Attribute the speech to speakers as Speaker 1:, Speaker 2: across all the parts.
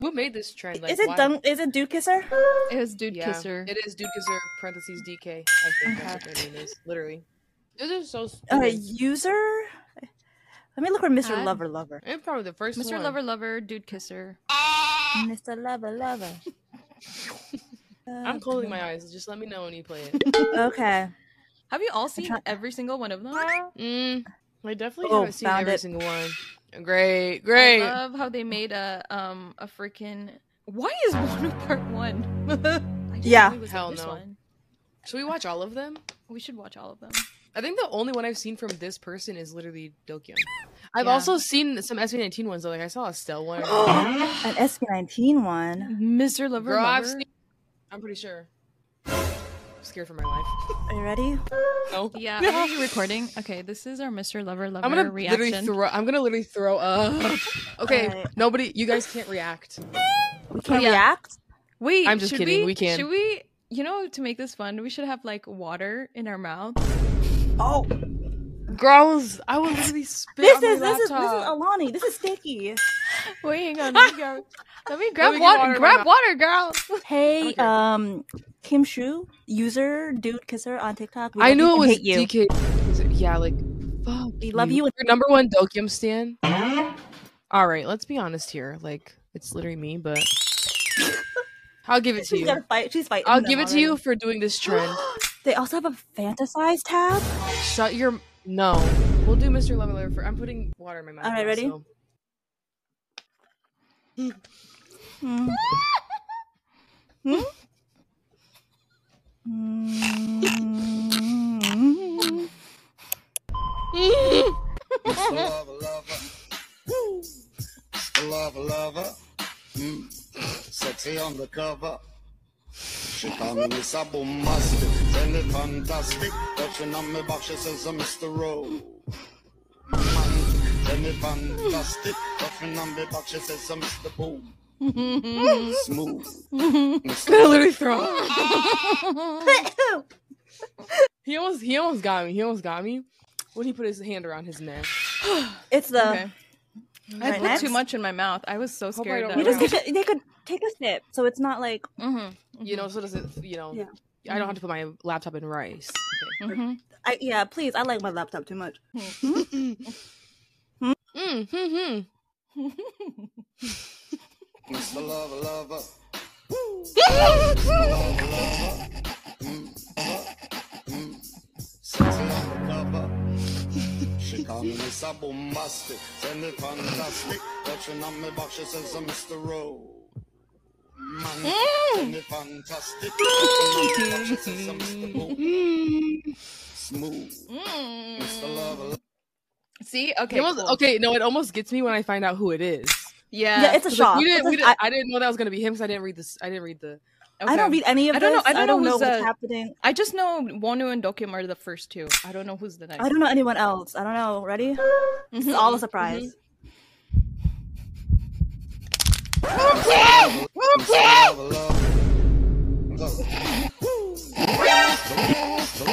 Speaker 1: Who made this trend? Like,
Speaker 2: is it
Speaker 1: why-
Speaker 2: Dun- Is it Dukisser?
Speaker 3: It was Dude
Speaker 1: Yeah,
Speaker 3: Kisser.
Speaker 1: It is Duke Kisser parentheses DK. I think that's what their name is. Literally. This is so stupid.
Speaker 2: Oh Uh, user. Let me look for Mr.
Speaker 3: Ad?
Speaker 2: Lover Lover.
Speaker 1: and probably the first
Speaker 3: Mr.
Speaker 1: one.
Speaker 3: Lover Lover, Dude Kisser.
Speaker 2: Mr. Lover Lover.
Speaker 1: I'm closing my eyes. Just let me know when you play it.
Speaker 2: Okay.
Speaker 3: Have you all seen
Speaker 2: try-
Speaker 3: every single one of them?
Speaker 1: Mm, I definitely
Speaker 2: Oh,
Speaker 1: haven't seen
Speaker 2: found
Speaker 1: every
Speaker 2: it.
Speaker 1: single one. Great, great.
Speaker 3: I love how they made a um a freaking. Why is one of part one? I didn't
Speaker 2: Yeah.
Speaker 3: know it was
Speaker 1: Hell
Speaker 3: this
Speaker 1: no. Should we watch all of them?
Speaker 3: We should watch all of them.
Speaker 1: I think the only one I've seen from this person is literally Dokyun. I've
Speaker 3: Yeah.
Speaker 1: also seen some SB19 ones though. Like I saw a Stell one.
Speaker 2: An SB19 one.
Speaker 3: Mr. Lover
Speaker 1: Girl, I've
Speaker 3: Lover.
Speaker 1: seen. I'm pretty sure. I'm scared for my life.
Speaker 2: Are you ready?
Speaker 1: No.
Speaker 3: Yeah, are you recording? Okay, this is our Mr. Lover Lover
Speaker 1: I'm gonna literally
Speaker 3: reaction.
Speaker 1: throw. I'm gonna literally throw up. Okay,
Speaker 2: Alright.
Speaker 1: nobody. You guys can't react. Oh,
Speaker 2: We can't
Speaker 3: yeah.
Speaker 2: react.
Speaker 3: Wait,
Speaker 1: I'm just
Speaker 3: should
Speaker 1: kidding, we can.
Speaker 3: Should we? You know, to make this fun, we should have like water in our mouth.
Speaker 2: Oh,
Speaker 1: Girls, I will literally spit
Speaker 2: this
Speaker 1: on my
Speaker 2: is this is this is
Speaker 1: laptop.
Speaker 2: Alani. This is sticky.
Speaker 3: Wait, hang on. Let me grab, let me grab
Speaker 1: me get
Speaker 3: water.
Speaker 1: water in my
Speaker 3: Grab
Speaker 1: mouth.
Speaker 3: water, girl.
Speaker 2: Hey,
Speaker 1: Okay.
Speaker 2: um, Kim Shu, user dude kisser on TikTok. We
Speaker 1: I
Speaker 2: love
Speaker 1: knew
Speaker 2: you
Speaker 1: it
Speaker 2: and
Speaker 1: was
Speaker 2: hate you.
Speaker 1: DK. Was it- Yeah, like fuck.
Speaker 2: We love you and-
Speaker 1: Your number one Dokyum stan. All right, let's be honest here. Like it's literally me, but I'll give it to
Speaker 2: She's
Speaker 1: you.
Speaker 2: gonna fight. She's fighting.
Speaker 1: I'll
Speaker 2: them
Speaker 1: give it to you
Speaker 2: already.
Speaker 1: for doing this trend.
Speaker 2: They also have a fantasize tab.
Speaker 1: Shut your no. We'll do Mr. Leveler for. I'm putting water in my mouth.
Speaker 2: All right,
Speaker 1: now,
Speaker 2: ready?
Speaker 1: so-
Speaker 2: Mm. Hmm? Mm.
Speaker 4: Lover, lover. Lover, lover. Mm. Sexy on the cover. She call me Miss Apple Mustard. Send it fantastic. Touching on me back, she says, I'm Mr. Rowe. Man, send it fantastic. Touching on me back, she says, I'm Mr. Boom. Smooth.
Speaker 1: I
Speaker 4: Mr.
Speaker 1: literally throw. up. he almost he almost got me. He almost got me when he put his hand around his neck.
Speaker 2: It's the.
Speaker 3: Okay. I
Speaker 2: Right,
Speaker 3: put
Speaker 2: next?
Speaker 3: too much in my mouth. I was so
Speaker 1: Hope I don't
Speaker 3: scared. that
Speaker 2: You
Speaker 1: Around.
Speaker 2: just get to, they could take a sip, so it's not like
Speaker 1: You know, so does it. You know,
Speaker 2: Yeah.
Speaker 1: I don't have to put my laptop in rice. Okay.
Speaker 2: I yeah. Please, I like my laptop too much.
Speaker 1: Mm,
Speaker 3: Mm-hmm.
Speaker 1: hmm, hmm.
Speaker 4: Mr. Lover, lover. Sexy on the cover. She call me Miss Apple Mustard. Send it fantastic. Touching on me back, she says I'm Mr. Rowe. Man, send it fantastic. Touching on me back, she says I'm Mr. Boom. Smooth. Mr. Lover,
Speaker 3: See,
Speaker 1: It
Speaker 3: okay,
Speaker 1: almost-
Speaker 3: cool.
Speaker 1: okay, no, it almost gets me when I find out who it is.
Speaker 3: yeah.
Speaker 2: Yeah, it's a
Speaker 1: It's like,
Speaker 2: shock.
Speaker 1: we
Speaker 2: It's
Speaker 1: didn't,
Speaker 2: a-
Speaker 1: we didn't,
Speaker 2: I,
Speaker 1: I didn't know that was gonna be him because I didn't read this. I didn't read the.
Speaker 2: I don't
Speaker 3: okay.
Speaker 2: read any of
Speaker 3: I don't know-
Speaker 2: this.
Speaker 3: I don't know who's,
Speaker 2: what's
Speaker 3: uh,
Speaker 2: happening.
Speaker 3: I just know Wonu and Dokim are the first two. I don't know who's the next.
Speaker 2: I don't know anyone else. I don't know. Ready? This is all a surprise.
Speaker 3: Mm-hmm.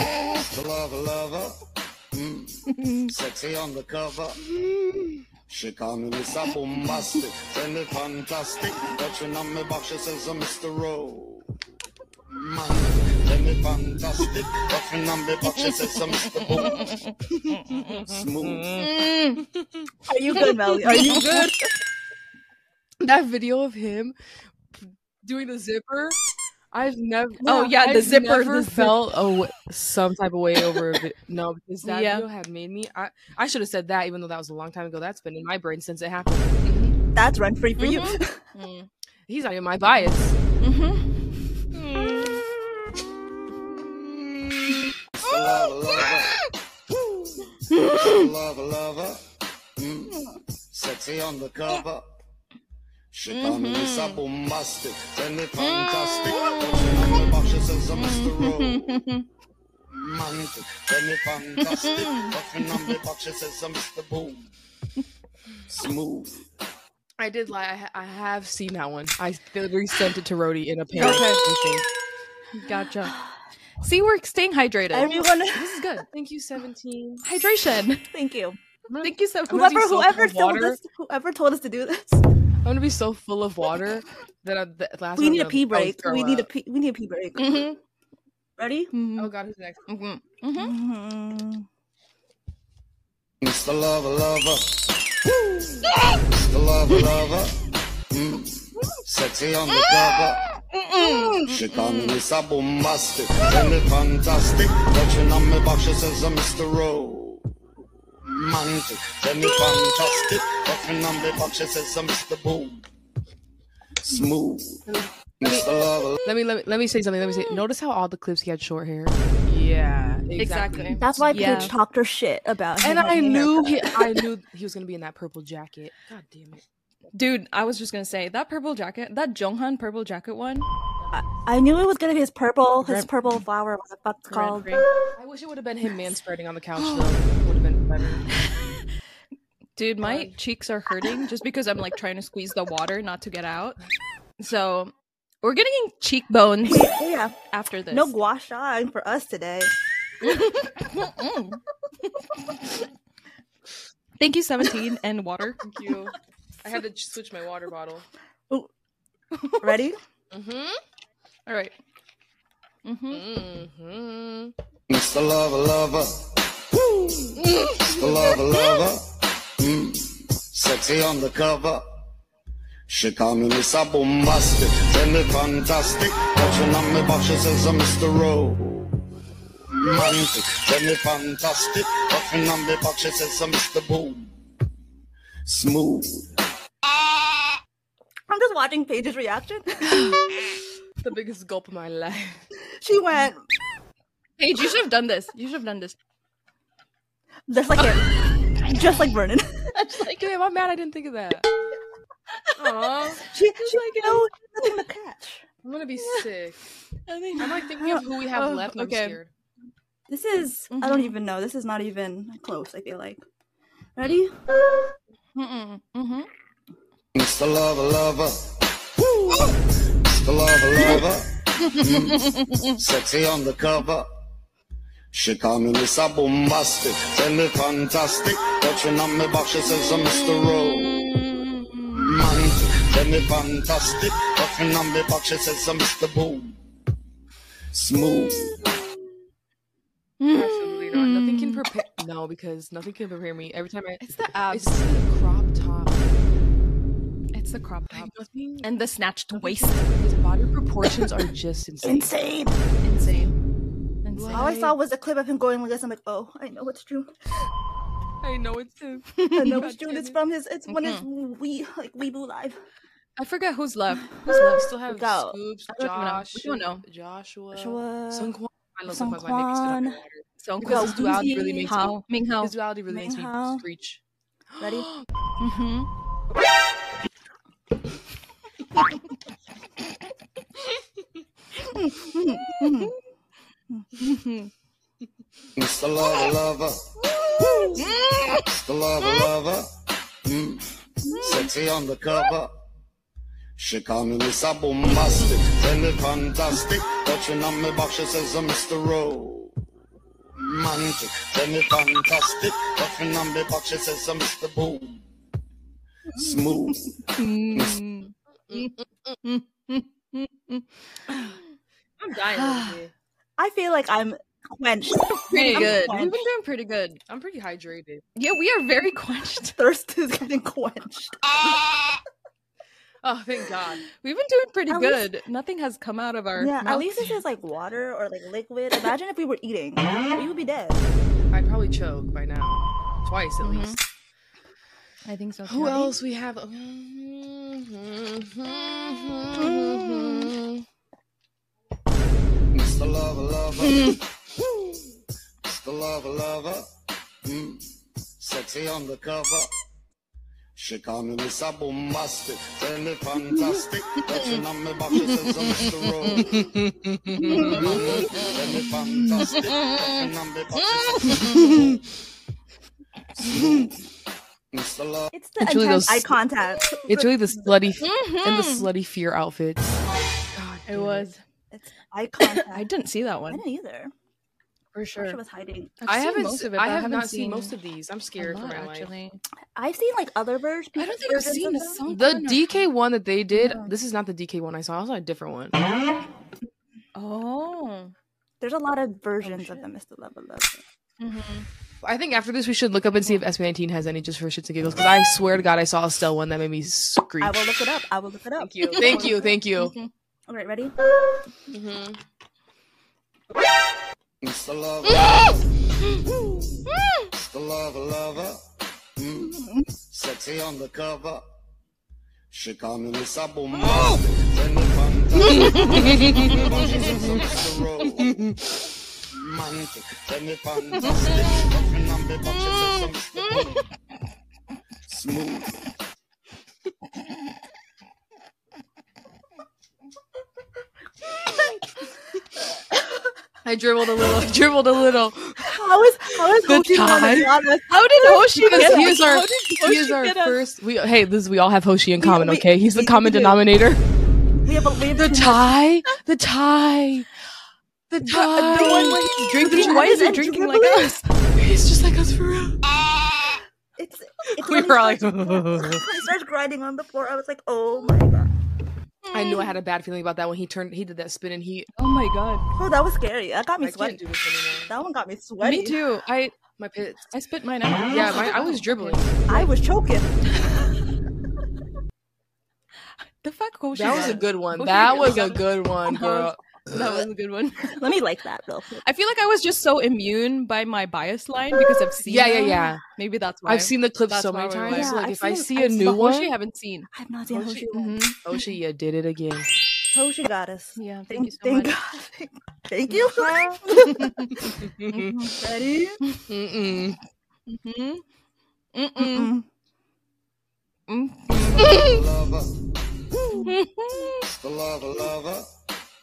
Speaker 4: Mr. Lover, lover. Go. The lover, lover. Mm. Sexy on the cover. She call me Miss Apple Mustard. Send it fantastic. Touching on me back, she says, I'm Mr. Rowe. Man, send it fantastic. Touching on me back, she says, I'm Mr. Boom. Smooth.
Speaker 2: Are you good, Mel? Are you good?
Speaker 1: That video of him doing the zipper. I've never.
Speaker 3: Oh, yeah, the
Speaker 1: I've
Speaker 3: zipper, the
Speaker 1: Never
Speaker 3: zip-
Speaker 1: felt a w- some type of way over a vi- no because that
Speaker 3: Yeah.
Speaker 1: video had made me. I I should have said that even though that was a long time ago. That's been in my brain since it happened.
Speaker 2: That's rent free for you.
Speaker 3: Mm-hmm.
Speaker 1: He's not even my bias.
Speaker 4: Mr. Lover, lover. Mr. Lover, lover. Mm. Sexy on the cover. She call me Miss Apple Mustard. Send it fantastic. Touching on me back, she says, I'm Mr. Rowe. Man, send it fantastic. Touching on me back, she says, I'm Mr. Boom. Smooth.
Speaker 1: I did lie. I, ha- I have seen that one. I literally sent it to Rhodey in a panic. I think.
Speaker 3: Mm. Gotcha. See, we're staying hydrated.
Speaker 2: Everyone,
Speaker 3: This is good.
Speaker 1: Thank you, seventeen.
Speaker 3: Hydration.
Speaker 2: thank you.
Speaker 3: Thank you so much.
Speaker 1: gonna do
Speaker 2: Whoever
Speaker 1: soap
Speaker 2: whoever
Speaker 1: and
Speaker 2: told
Speaker 1: water.
Speaker 2: us whoever told us to do this.
Speaker 1: I'm gonna be so full of water that I, the last.
Speaker 2: We
Speaker 1: one
Speaker 2: need a
Speaker 1: I'm
Speaker 2: pee
Speaker 1: gonna- I would
Speaker 2: break.
Speaker 1: throw
Speaker 2: We need a
Speaker 1: up.
Speaker 2: pee. We need a pee break.
Speaker 3: hmm
Speaker 2: Ready?
Speaker 1: Oh God, who's next?
Speaker 3: hmm hmm
Speaker 2: Mhm.
Speaker 4: Mr. Lover Lover. Mr. Lover Lover. Mm. Sexy on the cover. She call me Miss a Bombastic. Tell me fantastic. Touching on me back, she says I'm Mr. Romantic. Tell me fantastic. Touching on me back, she says I'm Mr. Boom. Smooth. Mr. Lover
Speaker 1: Let me let me let me say something. Let me say. Notice how all the clips he had short hair. Yeah,
Speaker 3: Exactly.
Speaker 2: That's why
Speaker 3: Yeah.
Speaker 2: Paige talked her shit about. him
Speaker 1: And I
Speaker 2: having a
Speaker 1: knew he,
Speaker 2: haircut.
Speaker 1: I knew he was gonna be in that purple jacket. God damn it!
Speaker 3: Dude, I was just gonna say that purple jacket, that Jonghan purple jacket one.
Speaker 2: I, I knew it was gonna be his purple, his
Speaker 3: Rent-
Speaker 2: purple flower. What the fuck it's called?
Speaker 3: rent-free.
Speaker 1: I wish it would have been him man spreading on the couch though. Would have been better.
Speaker 3: Dude, my cheeks are hurting just because I'm like trying to squeeze the water not to get out. So we're getting cheekbones
Speaker 2: Yeah.
Speaker 3: after this.
Speaker 2: No gua sha for us today.
Speaker 3: Mm. Thank you, 17 and water.
Speaker 1: Thank you. I had to switch my water bottle.
Speaker 2: Ready?
Speaker 1: Mm-hmm.
Speaker 3: All right. Mm-hmm.
Speaker 1: Mm-hmm.
Speaker 4: Mr. Lover Lover. Mr. Lover Lover. Mm. Sexy on the cover. She call me Miss a Bombastic. Tell me fantastic. Touching on me box, she says I'm Mr. Romantic. Tell me fantastic. Touching on me box, she says I'm Mr. Boom. Smooth.
Speaker 2: I'm just watching Paige's reaction.
Speaker 1: The biggest gulp of my life.
Speaker 2: she went.
Speaker 3: Paige, you should have done this. You should have done this.
Speaker 2: Just like him. just like Vernon.
Speaker 3: That's like
Speaker 1: Damn, I'm mad I didn't think of that. Aw,
Speaker 2: she she like no nothing to catch.
Speaker 1: I'm gonna be sick.
Speaker 3: I think
Speaker 1: I'm like thinking of who we have
Speaker 3: Oh,
Speaker 1: left. And
Speaker 3: okay.
Speaker 1: I'm scared.
Speaker 2: This is I don't even know. This is not even close. I feel like. Ready?
Speaker 3: Mm-mm. Mm-hmm.
Speaker 4: Mr. Lover Lover. Mr. Lover Lover. Mm. Sexy on the cover. She call me Miss a Bombastic. Tell me fantastic. Touching on me back, she says I'm Mr. Romantic. Tell me fantastic. Touching on me back, she says I'm Mr. Boom. Smooth.
Speaker 1: Absolutely not. Nothing can prepare. No, because nothing can prepare me. Every time I,
Speaker 3: Mm. It's the
Speaker 1: it's
Speaker 3: abs.
Speaker 1: the crop top.
Speaker 3: It's the crop top.
Speaker 1: Like, nothing.
Speaker 3: And the snatched waist.
Speaker 1: His body proportions are just insane.
Speaker 2: Insane.
Speaker 3: Insane. Insane.
Speaker 2: All I saw was a clip of him going like this. I'm like, oh, I know it's June.
Speaker 1: I know it's him.
Speaker 2: I know it's
Speaker 1: God
Speaker 2: June.
Speaker 1: damn
Speaker 2: It's
Speaker 1: it.
Speaker 2: from his. It's when it's
Speaker 3: Mm-hmm.
Speaker 2: we like Weeboo live.
Speaker 3: I forgot who's left. Who's
Speaker 1: We
Speaker 3: left?
Speaker 1: still have
Speaker 2: Go.
Speaker 1: Scoops,
Speaker 3: I don't even know.
Speaker 1: Josh,
Speaker 3: We don't know. Uh,
Speaker 1: Joshua,
Speaker 2: Joshua.
Speaker 1: Sungkwon. I love Sungkwon. My baby's been
Speaker 2: Sungkwon.
Speaker 1: underwater.
Speaker 3: So
Speaker 1: Because his duality really
Speaker 2: Woozy,
Speaker 1: makes me.
Speaker 3: Hao. Ming Hao.
Speaker 1: His duality really makes me
Speaker 2: Minhao.
Speaker 1: screech.
Speaker 2: Ready?
Speaker 3: Mm-hmm.
Speaker 4: Mr. Lover Lover. Mr. Lover Lover. Mm. Sexy on the cover. She call me Miss a Bombastic. Tell me fantastic. Touching on me box, she says uh, I'm Mr. Romantic. Tell me fantastic. Touching on me box, she says I'm Mr. Boom. Smooth.
Speaker 3: Mm.
Speaker 1: I'm dying. over here.
Speaker 2: I feel like I'm quenched,
Speaker 3: Pretty
Speaker 2: I'm
Speaker 3: good. We've been
Speaker 2: quenched.
Speaker 3: doing pretty good.
Speaker 1: I'm pretty hydrated.
Speaker 3: Yeah, we are very quenched.
Speaker 2: Thirst is getting quenched.
Speaker 1: Ah! Oh, thank God.
Speaker 3: We've been doing pretty
Speaker 2: At least-
Speaker 3: good. Nothing has come out of our
Speaker 2: yeah, at
Speaker 3: mouths.
Speaker 2: least this is like water or like liquid. Imagine if we were eating, we would be dead.
Speaker 1: I'd probably choke by now, twice at
Speaker 3: Mhm.
Speaker 1: least.
Speaker 3: I think so.
Speaker 1: Who
Speaker 3: too.
Speaker 1: else we have? Mr.
Speaker 4: Mr. Lover Lover. Mr. Lover Lover. Mm. Sexy on the cover. She call me Miss a Bombastic. Tell me fantastic. Touching on me back, she says I'm Mr. Romantic. Tell me fantastic. Touching on me back, she says I'm Mr. Romantic. Mr. Lover.
Speaker 2: It's the
Speaker 1: It's really
Speaker 2: intense
Speaker 1: those-
Speaker 2: eye contact.
Speaker 1: It's really the slutty
Speaker 3: Mhm.
Speaker 1: and the slutty fear outfits. Mm. God, damn
Speaker 3: It was.
Speaker 2: It's eye contact.
Speaker 3: I didn't see that
Speaker 2: I
Speaker 3: one.
Speaker 2: didn't either.
Speaker 3: for
Speaker 2: Sure.
Speaker 3: sure.
Speaker 2: was hiding.
Speaker 3: I've
Speaker 1: I
Speaker 3: seen
Speaker 1: haven't.
Speaker 3: most of it,
Speaker 1: I
Speaker 3: but
Speaker 1: have not seen, most of these. I'm
Speaker 3: a
Speaker 1: scared for
Speaker 3: lot,
Speaker 1: my life.
Speaker 3: actually.
Speaker 2: I've seen like other versions.
Speaker 3: I don't think I've seen the song.
Speaker 1: The DK one that they did. This is not the DK one I saw. I saw a different one.
Speaker 3: Oh.
Speaker 2: There's a lot of versions of
Speaker 3: shit.
Speaker 2: them. It's the level of.
Speaker 1: I think after this we should look up and see if SB19 has any just for shits and giggles. Because I swear to God, I saw a Stell one that made me scream.
Speaker 2: I will look it up. I will look it up.
Speaker 1: Thank you. Thank you. Thank you.
Speaker 2: All right, ready?
Speaker 4: It's the love lover. It's the love lover. Mm. Sexy on the cover. She called me Miss Abu Mazen. Then the fantastic. But she says it's the road. Romantic. Then the fantastic. Nothing on the but she says it's the road. Smooth.
Speaker 1: I dribbled a little. I dribbled a little.
Speaker 2: How is how is
Speaker 1: The
Speaker 2: Hoshi on
Speaker 1: tie.
Speaker 2: the genre?
Speaker 3: How did Hoshi
Speaker 1: Because
Speaker 3: get
Speaker 1: he
Speaker 3: us?
Speaker 1: is our
Speaker 3: How did
Speaker 1: he is
Speaker 3: Hoshi
Speaker 1: our
Speaker 3: get us?
Speaker 1: first. We hey, this we all have Hoshi in
Speaker 2: We-
Speaker 1: common.
Speaker 2: we-
Speaker 1: okay, he's the
Speaker 2: we
Speaker 1: common
Speaker 2: do.
Speaker 1: denominator.
Speaker 2: We have a we have
Speaker 1: The
Speaker 2: two-
Speaker 1: tie. The tie. The tie.
Speaker 3: the one where he's drinking. Why is he
Speaker 2: and
Speaker 3: drinking like
Speaker 2: dribbling?
Speaker 3: us?
Speaker 1: He's just like us for real.
Speaker 2: It's, it's
Speaker 1: We
Speaker 2: when he
Speaker 1: were all like,
Speaker 2: starts- when he starts grinding on the floor. I was like, oh my god.
Speaker 1: I knew I had a bad feeling about that when he turned. He did that spin and he.
Speaker 3: Oh my god.
Speaker 2: Oh, that was scary. That got
Speaker 1: I
Speaker 2: me
Speaker 1: can't
Speaker 2: sweaty.
Speaker 1: do this anymore.
Speaker 2: That one got me sweaty.
Speaker 3: Me too. I
Speaker 1: My pits.
Speaker 3: I spit mine out.
Speaker 1: Yeah, my, I was dribbling.
Speaker 2: I was choking.
Speaker 3: The fuck Hoshi.
Speaker 1: That was a
Speaker 3: got?
Speaker 1: good one.
Speaker 3: Hoshi
Speaker 1: That
Speaker 3: really
Speaker 1: was a
Speaker 3: got-
Speaker 1: good one, girl.
Speaker 3: Uh-huh. That was a good one.
Speaker 2: Let me like that real quick.
Speaker 3: I feel like I was just so immune by my bias line because I've seen.
Speaker 1: Yeah, yeah,
Speaker 3: them.
Speaker 1: yeah.
Speaker 3: Maybe that's why
Speaker 1: I've seen the clip
Speaker 3: That's
Speaker 1: so
Speaker 3: why
Speaker 1: many
Speaker 3: we're
Speaker 1: times.
Speaker 3: like-
Speaker 1: so,
Speaker 2: Yeah,
Speaker 1: like
Speaker 2: I've
Speaker 1: if I
Speaker 2: seen-
Speaker 1: see
Speaker 2: I've
Speaker 1: a
Speaker 2: seen
Speaker 1: new
Speaker 3: But Hoshi
Speaker 1: one,
Speaker 3: haven't seen.
Speaker 2: I've not seen Hoshi.
Speaker 3: Mhm.
Speaker 1: Hoshi, you did it again. mm-hmm.
Speaker 2: Hoshi got us.
Speaker 3: Yeah. Thank, you so
Speaker 2: thank
Speaker 3: much.
Speaker 2: God. Thank you.
Speaker 1: Mm-mm.
Speaker 2: ready?
Speaker 1: Mm-mm.
Speaker 3: Mhm. Mm-mm.
Speaker 2: Mm-mm.
Speaker 3: Mm.
Speaker 4: lover. The lover, lover.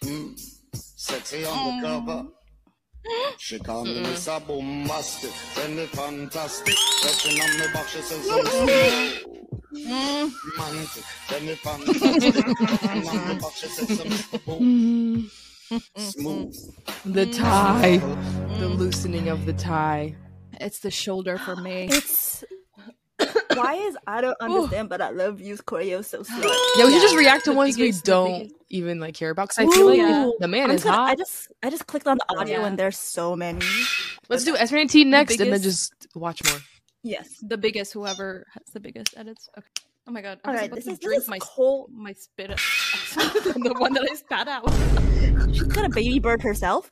Speaker 4: Mm. Sexy on the cover. She call me Miss Abu Master. Friendly, fantastic. Touching on me back, she says I'm slow. Romantic. Friendly, fantastic. Touching on me back, she says I'm slow. Smooth.
Speaker 1: The tie. The loosening of the tie.
Speaker 3: It's the shoulder for me.
Speaker 2: It's why is I don't understand, but I love you choreo so slow.
Speaker 1: Yeah, we should just react to
Speaker 3: the
Speaker 1: ones we
Speaker 3: biggest- the
Speaker 1: don't
Speaker 3: biggest.
Speaker 1: even like care about. Cause I feel
Speaker 2: Ooh,
Speaker 1: like
Speaker 2: yeah.
Speaker 1: the man is
Speaker 2: I'm just gonna- I
Speaker 1: hot.
Speaker 2: just I just clicked on the audio
Speaker 3: Yeah.
Speaker 2: and there's so many.
Speaker 1: Let's do S19 next and then just
Speaker 3: biggest-
Speaker 1: watch more.
Speaker 2: Yes.
Speaker 3: the biggest whoever has the biggest edits. Okay. Oh my god. I
Speaker 2: All
Speaker 3: was
Speaker 2: right.
Speaker 3: about
Speaker 2: This
Speaker 3: to
Speaker 2: is
Speaker 3: drink
Speaker 2: this is
Speaker 3: my
Speaker 2: cold.
Speaker 3: my spit out. the one that I spat out.
Speaker 2: She's got a baby bird herself.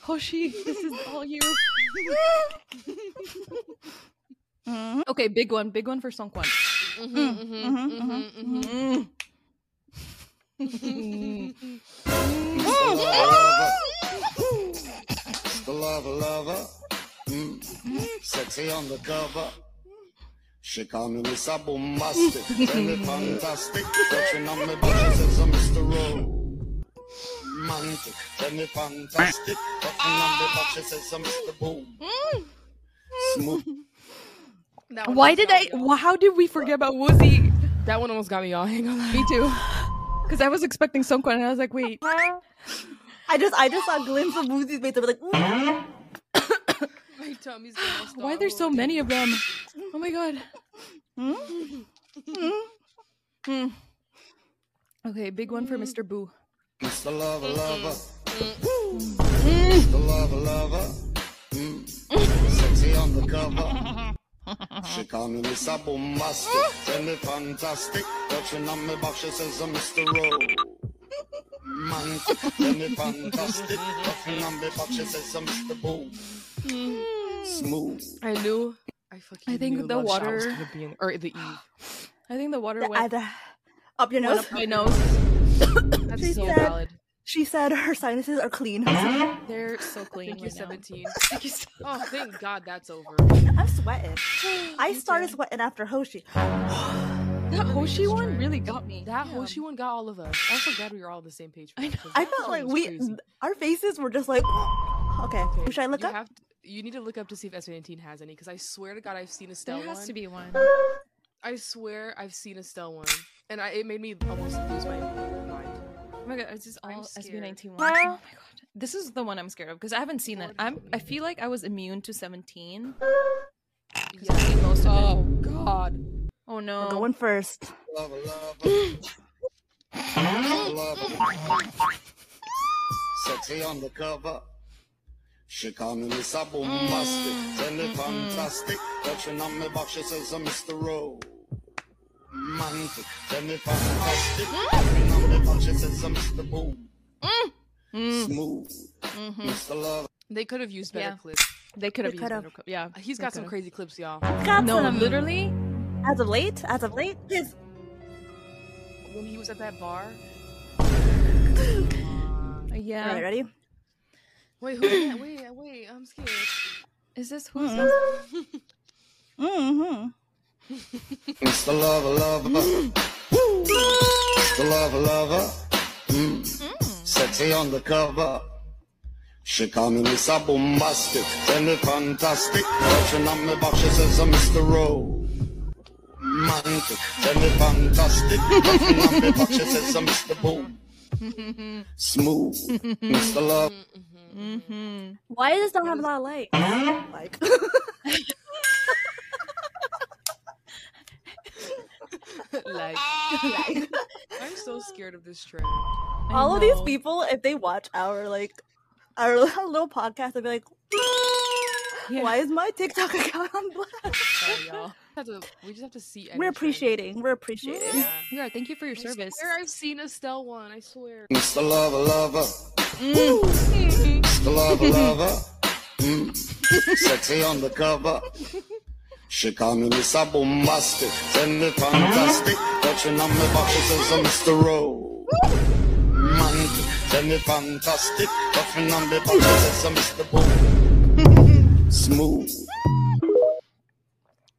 Speaker 3: Hoshi, this is all you.
Speaker 2: Mhm.
Speaker 3: Okay, big one, big one for Songkwan.
Speaker 2: Mm-hmm,
Speaker 3: Mm.
Speaker 4: The lover, the lover, lover. Mm. Sexy on the cover. She call me Miss Abu Master. Very fantastic. Touching on me body says I'm Mr. Romantic. Very fantastic. Touching on me body says I'm Mr. Boom. Smooth.
Speaker 3: Why did I? wh- How did we forget about Woozy?
Speaker 1: That one almost got me all hang on.
Speaker 3: Me too. Because I was expecting Songkwan, and I was like, wait.
Speaker 2: I just I just saw a glimpse of Woozy's face. I was like, ooh,
Speaker 1: My tummy's gonna start
Speaker 3: Why are there so
Speaker 1: rolling.
Speaker 3: many of them? Oh my god. Hmm. Okay, big one for Mr. Boo.
Speaker 4: Mr. Lover, lover. Mr. Lover, lover. Mm. Sexy on the cover. She call me Miss Abu Master. Tell me fantastic. Touching on me back, she says I'm Mr. Romantic. Tell me fantastic. Touching on me back, she says I'm Mr. Boom. Smooth.
Speaker 1: I knew. I fucking.
Speaker 3: I think
Speaker 1: knew
Speaker 3: the
Speaker 1: Love Shot was
Speaker 3: water-
Speaker 1: gonna be in- or the Eve.
Speaker 3: I think the water
Speaker 2: the
Speaker 3: went,
Speaker 2: either up your
Speaker 3: went
Speaker 2: nose.
Speaker 3: up my nose.
Speaker 1: That's
Speaker 2: She
Speaker 1: so
Speaker 2: said-
Speaker 1: valid.
Speaker 2: She said her sinuses are clean.
Speaker 3: They're so clean
Speaker 1: Thank you,
Speaker 3: right now.
Speaker 1: seventeen. Oh, thank God that's over.
Speaker 2: I'm sweating. I started sweating after Hoshi.
Speaker 3: That Hoshi one really got me.
Speaker 1: That
Speaker 3: Damn.
Speaker 1: Hoshi one got all of us. I'm so glad we were all on the same page.
Speaker 3: I know.
Speaker 2: I felt like we our faces were just like okay. Should I look
Speaker 1: you
Speaker 2: up?
Speaker 1: Have to, you need to look up to see if S19 has any, because I swear to God, I've seen a Stell
Speaker 3: There
Speaker 1: one.
Speaker 3: has to be one. Oh
Speaker 1: I swear I've seen a Stell one, and I, it made me almost lose my mind.
Speaker 3: Wait, my god, it's just
Speaker 1: I'm
Speaker 3: all SB
Speaker 1: scared.
Speaker 3: nineteen one. Oh my god, this is the one I'm scared of because I haven't seen it. I'm. I feel like I was immune to seventeen. Because I've seen most of it. Oh god. Oh
Speaker 2: We're
Speaker 3: no.
Speaker 2: going first.
Speaker 4: Lover, lover. Lover, lover. Sexy on the cover. She call me Miss Bombastic, tell me fantastic. Touching on me back, she says uh, I'm Mr. Romantic, tell me fantastic. Touching on me back, she says I'm Mr. Boom. Smooth, Mr. Love.
Speaker 1: They could have used better
Speaker 3: Yeah.
Speaker 1: clips.
Speaker 3: they could have
Speaker 2: They
Speaker 3: used.
Speaker 2: could've.
Speaker 3: better co- Yeah.
Speaker 1: He's
Speaker 3: they
Speaker 1: got some
Speaker 3: could've.
Speaker 1: crazy clips, y'all.
Speaker 2: Got
Speaker 3: No,
Speaker 2: some.
Speaker 3: literally.
Speaker 2: As of late, as of late, his
Speaker 1: When he was at that bar.
Speaker 3: Uh, Yeah.
Speaker 2: All right, ready?
Speaker 1: Wait, who's that? Wait, wait, I'm scared.
Speaker 3: Is this who's
Speaker 2: Mhm.
Speaker 3: this?
Speaker 2: Mm-hmm.
Speaker 4: Mr. Lover, lover. Mr. Lover, lover. Mm. Sexy on the cover. She call me Miss Bombastic, tell me fantastic. Touching on me box, she says I'm Mr. Romantic, tell me fantastic. Touching on me box, she says I'm Mr. Boom. Smooth, Mr. Love.
Speaker 3: Mm-hmm.
Speaker 2: Why does this not have a lot of light? Like,
Speaker 1: like, I'm so scared of this trip.
Speaker 3: I
Speaker 2: all of these
Speaker 3: know.
Speaker 2: people, if they watch our like our little podcast, they'll be like,
Speaker 3: Yeah.
Speaker 2: "Why is my TikTok account on blast?"
Speaker 1: Sorry, y'all. We just have to, we just have to see.
Speaker 2: We're
Speaker 1: everything.
Speaker 2: appreciating. We're appreciating.
Speaker 1: Yeah.
Speaker 3: Yeah, thank you for your
Speaker 1: I
Speaker 3: service.
Speaker 1: swear I've seen Estelle one. I swear.
Speaker 4: Mr. Lover, lover. Mr. Lover, lover. Mm. Sexy on the cover. She call me Miss Bombastic, send me fantastic. Touching on me box, she says I'm Mr. Romantic, send me fantastic. Touching on the box, she says I'm Mr. Boom. Smooth,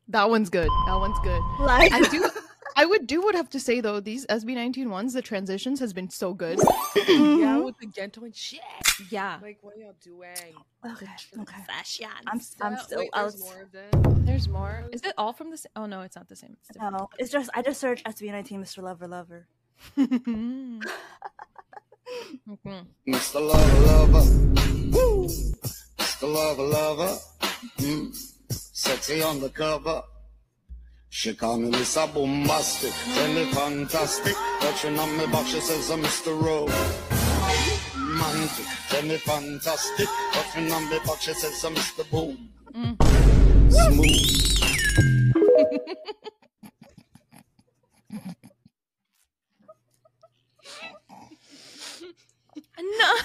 Speaker 3: That one's good. That one's good.
Speaker 2: Like,
Speaker 3: I do. I would do would have to say though these SB19 ones the transitions has been so good.
Speaker 1: Yeah, with the ghetto and shit.
Speaker 3: Yeah.
Speaker 1: Like, what are y'all doing?
Speaker 2: okay, okay. I'm, I'm
Speaker 1: So-
Speaker 2: still
Speaker 1: Wait,
Speaker 2: out.
Speaker 1: there's more of them.
Speaker 3: There's more. Is it all from the same? Oh no, it's not the same. It's
Speaker 2: No, it's just I just searched SB19 Mr. Lover Lover.
Speaker 3: different. Mhm.
Speaker 4: Mr. Lover, lover. Woo. Mr. Lover, lover. Mm. Sexy on the cover. She call me Miss Bombastic, tell me fantastic. Touching on me box, she says I'm Mr. Romantic, tell me fantastic. Touching on me box, she says I'm Mr. Boom. Smooth,
Speaker 3: no,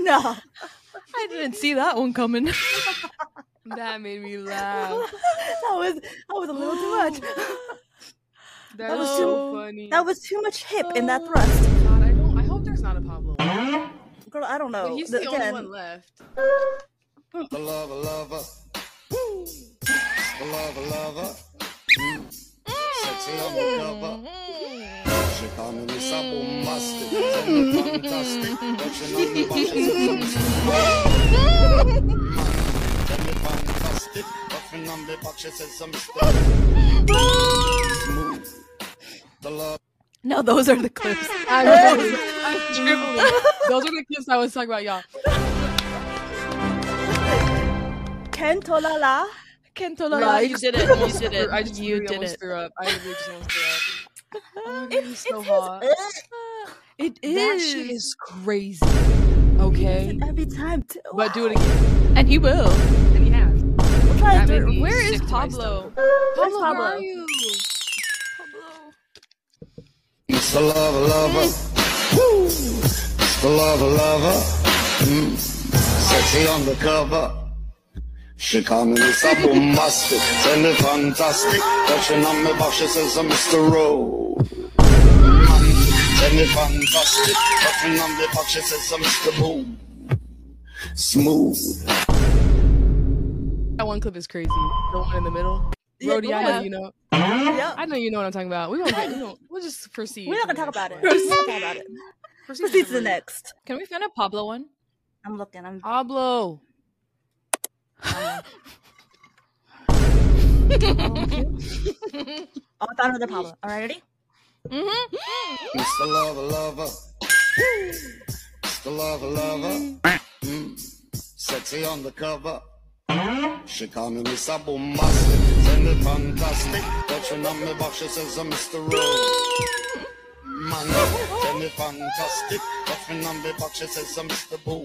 Speaker 2: no.
Speaker 3: I didn't see that one coming.
Speaker 1: That made me laugh.
Speaker 2: that was that was a little too much.
Speaker 1: That,
Speaker 2: That
Speaker 1: was
Speaker 2: was
Speaker 1: so
Speaker 2: too-
Speaker 1: funny.
Speaker 2: That was too much hip in that thrust.
Speaker 1: God, I don't. I hope there's not a Pablo. one.
Speaker 2: Girl, I don't know.
Speaker 1: but he's
Speaker 2: The-
Speaker 1: the only
Speaker 2: again,
Speaker 1: one left.
Speaker 4: Mr. Lover, lover. Woo. Mr. Lover, lover. Mm. Sexy on the cover. She call me Miss Bombastic, tell me fantastic. Touching on me box, she says I'm Mr. Romantic, tell me fantastic. Touching on me box, she says I'm Mr. Smooth. The love,
Speaker 3: Now those are the clips.
Speaker 1: I'm, I'm dribbling. Those are the clips I was talking about, y'all.
Speaker 2: Ken Tolala.
Speaker 3: Kento, la,
Speaker 1: Right,
Speaker 3: you did it. You did it.
Speaker 1: I just
Speaker 3: you
Speaker 1: really
Speaker 3: did
Speaker 1: almost
Speaker 3: it.
Speaker 1: threw up. I really just almost threw up. Oh, my God, he's so
Speaker 2: It's his
Speaker 1: hot.
Speaker 3: Uh, It
Speaker 1: That shit
Speaker 3: is,
Speaker 1: is crazy. Okay,
Speaker 2: every time too.
Speaker 1: but do it again.
Speaker 3: and he will.
Speaker 1: And he has.
Speaker 2: We'll try
Speaker 1: That
Speaker 2: to do
Speaker 1: made
Speaker 2: it.
Speaker 1: me
Speaker 3: Where is
Speaker 1: sick to my
Speaker 3: Pablo?
Speaker 1: stomach.
Speaker 2: Where's
Speaker 1: Pablo, where are
Speaker 2: Pablo?
Speaker 1: you?
Speaker 4: Mr. Lover, lover. Woo. Mr. Lover, lover. Mm. Sexy on the cover. She call me Miss Bombastic, tell me fantastic. Touching on me box, she says I'm Mr. Rowe. Tell me fantastic. Touching on me box, she says I'm Mr. Boom. Smooth.
Speaker 1: That one clip is crazy. The one in the middle. Brody, I know
Speaker 2: yeah.
Speaker 1: you know.
Speaker 2: Yeah.
Speaker 1: I know you know what I'm talking about. We won't. Get, we won't we'll just proceed.
Speaker 2: We're not
Speaker 1: to the
Speaker 2: gonna talk about
Speaker 1: next one.
Speaker 2: it. We're not gonna talk about it.
Speaker 1: Proceed,
Speaker 2: Proceed to the
Speaker 1: next.
Speaker 2: next.
Speaker 3: Can we find a Pablo one?
Speaker 2: I'm looking. I'm
Speaker 1: Pablo.
Speaker 2: oh, I found another Pablo. All right, ready?
Speaker 3: Mm-hmm.
Speaker 4: Mr. Lover, lover. It's the love lover. Mm. Sexy on the cover. She called me Miss Bombastic, send it fantastic. Touching on me back, she says I'm Mr. Rowe. Man, send it fantastic. Touching on me back, she says I'm Mr. Boo.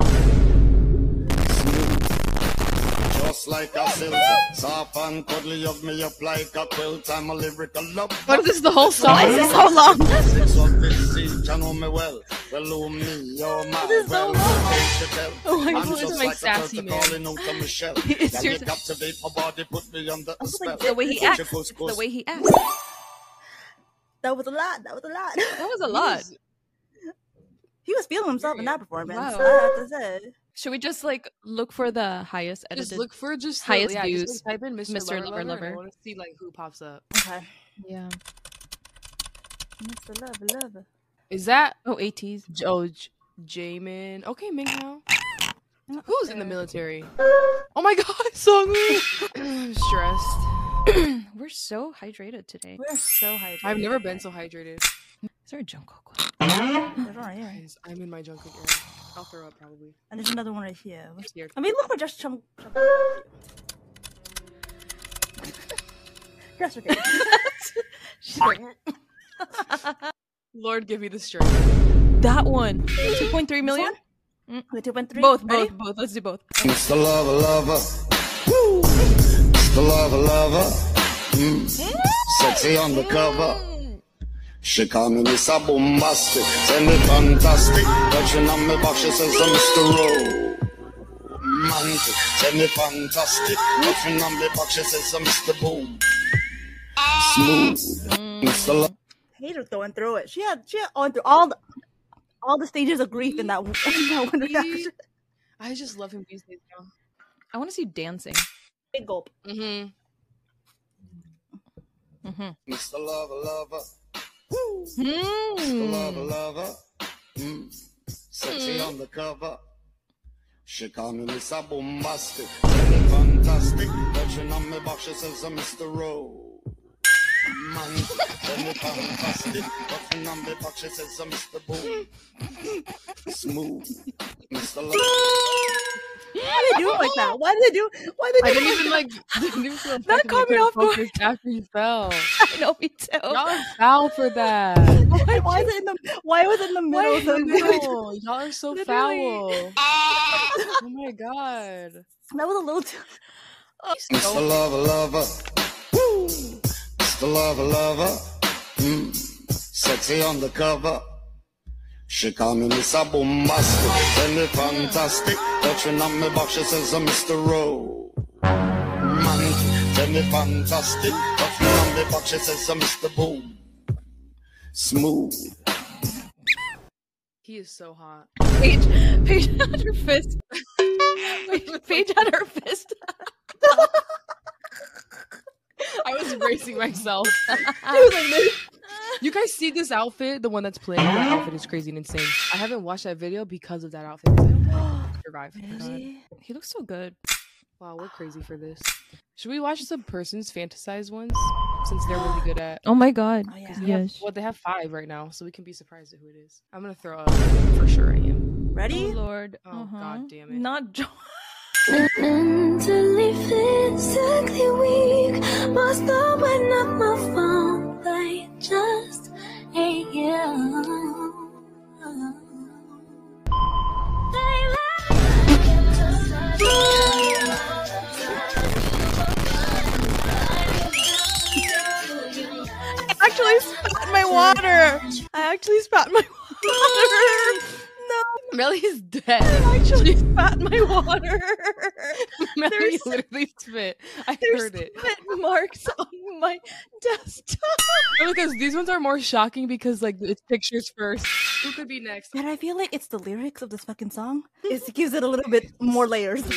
Speaker 4: Smooth, Just like a silk, soft and cuddly of me up like a quilt. I'm a lyrical love.
Speaker 1: What is this? The whole song?
Speaker 2: Why is it so long?
Speaker 4: Six of this each, I know me well. Well, oh me, oh my,
Speaker 2: This is so
Speaker 4: well,
Speaker 2: long.
Speaker 4: I should tell.
Speaker 1: Oh, I
Speaker 4: I'm
Speaker 1: just
Speaker 4: just
Speaker 1: my
Speaker 4: like a
Speaker 1: sassy
Speaker 4: turtle
Speaker 1: man.
Speaker 4: calling out to Michelle.
Speaker 1: It's
Speaker 4: Can
Speaker 1: your-
Speaker 4: you captivate my body, put me under a spell.
Speaker 3: The way he
Speaker 4: Put
Speaker 3: acts.
Speaker 4: your
Speaker 3: It's
Speaker 4: couscous
Speaker 3: the way he acts. That
Speaker 2: That was a lot. That was a lot.
Speaker 3: was a lot.
Speaker 2: he was feeling himself in that performance.
Speaker 3: Wow.
Speaker 2: I have to say.
Speaker 3: Should we just like look for the highest edited?
Speaker 1: Just look for just
Speaker 3: Highest
Speaker 1: the, yeah,
Speaker 3: views.
Speaker 1: Just, like, type in Mr.
Speaker 3: Mr.
Speaker 1: Lover,
Speaker 3: Lover
Speaker 1: Lover. and I
Speaker 3: Lover.
Speaker 1: want to see like who pops up.
Speaker 2: Okay.
Speaker 3: yeah.
Speaker 2: Mr. Lover, lover.
Speaker 1: Is that
Speaker 3: Oh, 80s.
Speaker 1: J- oh J- Jamin? Okay, Minghao. Who's in the military? Oh my God, Songwoo! Stressed.
Speaker 3: We're so hydrated today.
Speaker 2: We're so hydrated.
Speaker 1: I've never been so hydrated.
Speaker 3: Is there a Jungkook?
Speaker 2: There's one right here.
Speaker 1: Guys, I'm in my junket era. I'll throw up probably.
Speaker 2: And there's another one right here.
Speaker 1: I'm scared.
Speaker 2: I mean, look what Josh Chung. Chung- That's okay.
Speaker 1: Lord, give me the strength.
Speaker 3: That one. 2.3 million?
Speaker 2: Okay, two, one, three.
Speaker 3: Both,
Speaker 2: Ready?
Speaker 3: both, both. Let's do both.
Speaker 4: It's the love lover. It's the love lover. Mm. Sexy on the cover. She call me Miss Bombastic, send it fantastic. Touching on me back, she says I'm Mr. Romantic, send it fantastic. Touching on me back, she says I'm Mr. Boom. Smooth, It's the love
Speaker 2: Paige was going through it. She had she had on through all the all the stages of grief in that, in that one reaction.
Speaker 1: I just love him these days now.
Speaker 3: I want to see you dancing.
Speaker 2: Big gulp.
Speaker 1: Mm-hmm.
Speaker 4: It's the love lover.
Speaker 3: Mm.
Speaker 4: Love lover. Mm. Sexy on the cover. She call me Miss Bombastic. Tell me fantastic. Touching on me back, she says I'm Mr. Rowe. Man, tell me fantastic. Touching on me back, she says I'm Mr. Boom. Smooth. Mr. Love.
Speaker 2: Why did they do it like that? Why did they do? Why did
Speaker 1: I
Speaker 2: they do?
Speaker 1: didn't even like. Didn't even feel
Speaker 3: That
Speaker 1: affected. I
Speaker 3: caught me
Speaker 1: couldn't
Speaker 3: off guard.
Speaker 1: focus After he fell,
Speaker 3: I know, me too.
Speaker 1: y'all are foul for that.
Speaker 2: Why, why is it in the? Why was it in the
Speaker 1: Why
Speaker 2: middle?
Speaker 1: are
Speaker 2: Of the
Speaker 1: you foul? Y'all are so
Speaker 3: Literally.
Speaker 1: foul. Oh my god.
Speaker 2: That was a little too.
Speaker 4: Mr. Lover Lover. Woo. Mr. Lover Lover. Mm. Sexy on the cover. She call me Miss Bombastic. Tell me fantastic. Touching on me back, she says I'm Mr. Romantic. Tell me fantastic. Touching on me back, she says I'm Mr. Boom. Smooth.
Speaker 1: He is so hot.
Speaker 3: Paige, Paige had her fist. Paige, Paige had her fist.
Speaker 1: I was bracing myself.
Speaker 2: It was like this.
Speaker 1: You guys see this outfit? The one that's playing? That outfit is crazy and insane. I haven't watched that video because of that outfit. 'cause I don't think I could survive. Oh my God.
Speaker 3: He looks so good.
Speaker 1: Wow, we're crazy for this. Should we watch some persons fantasize ones since they're really good at?
Speaker 3: Oh my god.
Speaker 2: Oh, yeah.
Speaker 1: They have-
Speaker 3: Yes.
Speaker 1: well, they have five right now, so we can be surprised at who it is. I'm gonna throw up for sure. I am.
Speaker 3: Oh
Speaker 2: Ready?
Speaker 3: lord.
Speaker 1: Oh, God damn it.
Speaker 3: Not John.
Speaker 5: Mentally, physically weak. Must stop when up my phone. They just ain't you. They
Speaker 3: actually spat my water. I actually spat my water.
Speaker 1: Melly's dead.
Speaker 3: I actually spat my water.
Speaker 1: Melly
Speaker 3: there's-
Speaker 1: literally spit. I
Speaker 3: There's
Speaker 1: heard it.
Speaker 3: spit marks on my desktop.
Speaker 1: No, because these ones are more shocking because like it's pictures first. Who could be next?
Speaker 2: And I feel like it's the lyrics of this fucking song. It's, it gives it a little bit more layers.
Speaker 1: Be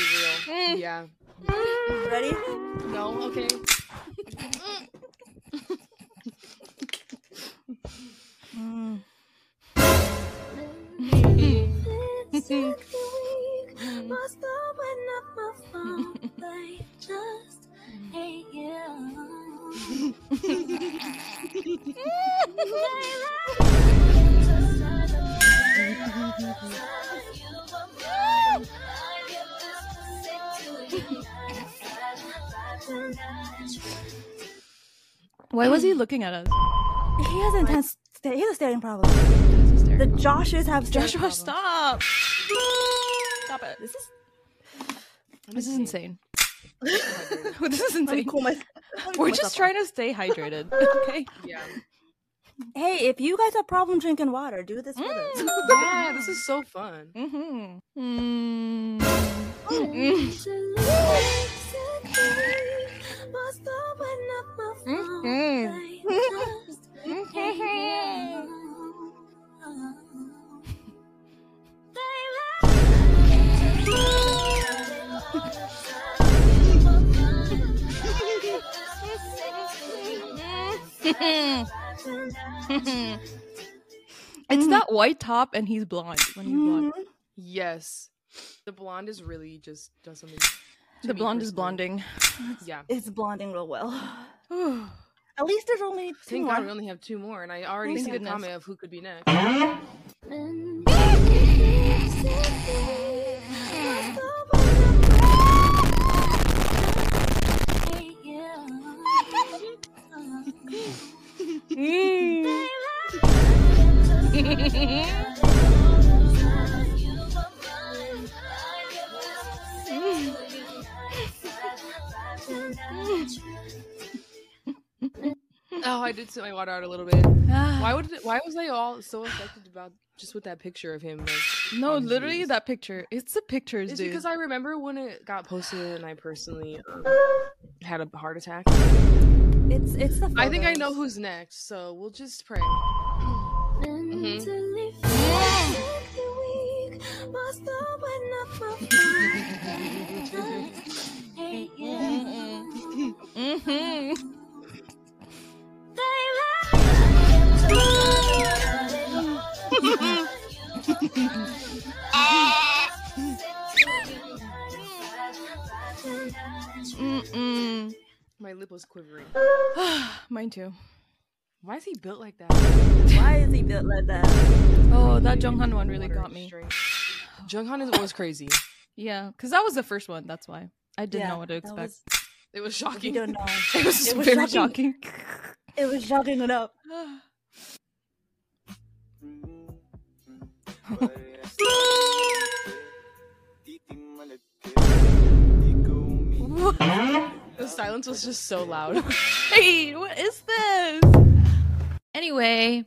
Speaker 1: real. Yeah.
Speaker 2: Ready?
Speaker 1: Eh. No. Okay.
Speaker 2: Mm.
Speaker 5: physically weak. Must stop when up my phone. They just ain't you. They like
Speaker 3: Why was he looking at us?
Speaker 2: He has intense. sta- He has a staring problem. The Joshes have staring
Speaker 3: Joshua,
Speaker 2: problems.
Speaker 3: stop! Stop it.
Speaker 2: This is
Speaker 3: This is insane. this is
Speaker 2: let me
Speaker 3: insane.
Speaker 2: cool my- let me cool
Speaker 3: We're
Speaker 2: myself
Speaker 3: just
Speaker 2: off.
Speaker 3: trying to stay hydrated. Okay.
Speaker 1: Yeah.
Speaker 2: Hey, if you guys have problem drinking water, do this with us.
Speaker 1: yeah, this is so fun.
Speaker 3: Mm-hmm. Hmm. It's that white top, and he's blonde. When he's
Speaker 2: Mm.
Speaker 3: blonde,
Speaker 1: Yes. The blonde is really just does something. to
Speaker 3: the
Speaker 1: me
Speaker 3: blonde is
Speaker 1: personally.
Speaker 3: blonding.
Speaker 1: Yeah.
Speaker 2: It's blonding real well.
Speaker 3: Ooh.
Speaker 2: At least there's only two
Speaker 1: Thank
Speaker 2: more.
Speaker 1: God we only have two more, and I already
Speaker 3: Thank
Speaker 1: see
Speaker 3: goodness.
Speaker 1: the comment of who could be next. Oh, I did sit my water out a little bit.
Speaker 3: Ah.
Speaker 1: Why would? Why was I all so affected about just with that picture of him? Like,
Speaker 3: no,
Speaker 1: on his
Speaker 3: literally
Speaker 1: knees?
Speaker 3: that picture. It's the pictures,
Speaker 1: It's
Speaker 3: dude.
Speaker 1: because I remember when it got posted, and I personally um, had a heart attack.
Speaker 2: It's it's the.
Speaker 1: I think I know
Speaker 2: photos.
Speaker 1: who's next, so we'll just pray.
Speaker 5: Mentally physically weak, my stomach not my fault. Hey, yeah.
Speaker 3: hmm
Speaker 5: They lie.
Speaker 3: Mm-mm.
Speaker 1: My lip was quivering.
Speaker 3: Mine too.
Speaker 1: Why is he built like that?
Speaker 2: Why is he built like that?
Speaker 3: Oh, that Jonghan one really
Speaker 1: Water
Speaker 3: got me.
Speaker 1: straight. Junghan is, was crazy.
Speaker 3: Yeah, because that was the first one. That's why I didn't
Speaker 2: Yeah,
Speaker 3: know what to
Speaker 2: that
Speaker 3: expect.
Speaker 2: was-
Speaker 1: It was
Speaker 2: you
Speaker 1: shocking.
Speaker 2: don't know.
Speaker 3: It was,
Speaker 2: It was
Speaker 3: very
Speaker 2: shocking.
Speaker 3: shocking.
Speaker 2: It was shocking enough.
Speaker 1: The silence was just so loud.
Speaker 3: hey, what is this? Anyway,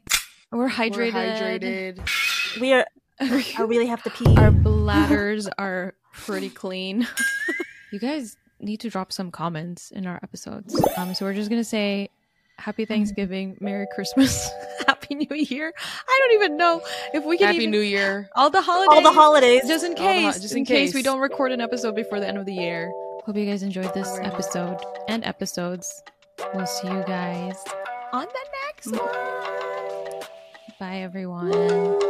Speaker 3: we're hydrated.
Speaker 1: We're hydrated.
Speaker 2: We are. I really have to pee.
Speaker 3: Our bladders are pretty clean. you guys need to drop some comments in our episodes. Um, so we're just gonna say happy Thanksgiving, Merry Christmas, Happy New Year. I don't even know if we can
Speaker 1: Happy
Speaker 3: even-
Speaker 1: New Year.
Speaker 3: all the holidays.
Speaker 2: All the holidays.
Speaker 3: just in
Speaker 1: All the ho-
Speaker 3: case,
Speaker 1: just
Speaker 3: in
Speaker 1: in
Speaker 3: case. we
Speaker 1: case.
Speaker 3: don't record an episode before the end of the year. Hope you guys enjoyed this episode and episodes. We'll see you guys on the next one. Bye, everyone.